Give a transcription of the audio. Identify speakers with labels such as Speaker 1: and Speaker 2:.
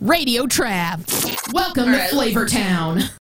Speaker 1: Radio Trav. Welcome to Flavor Town.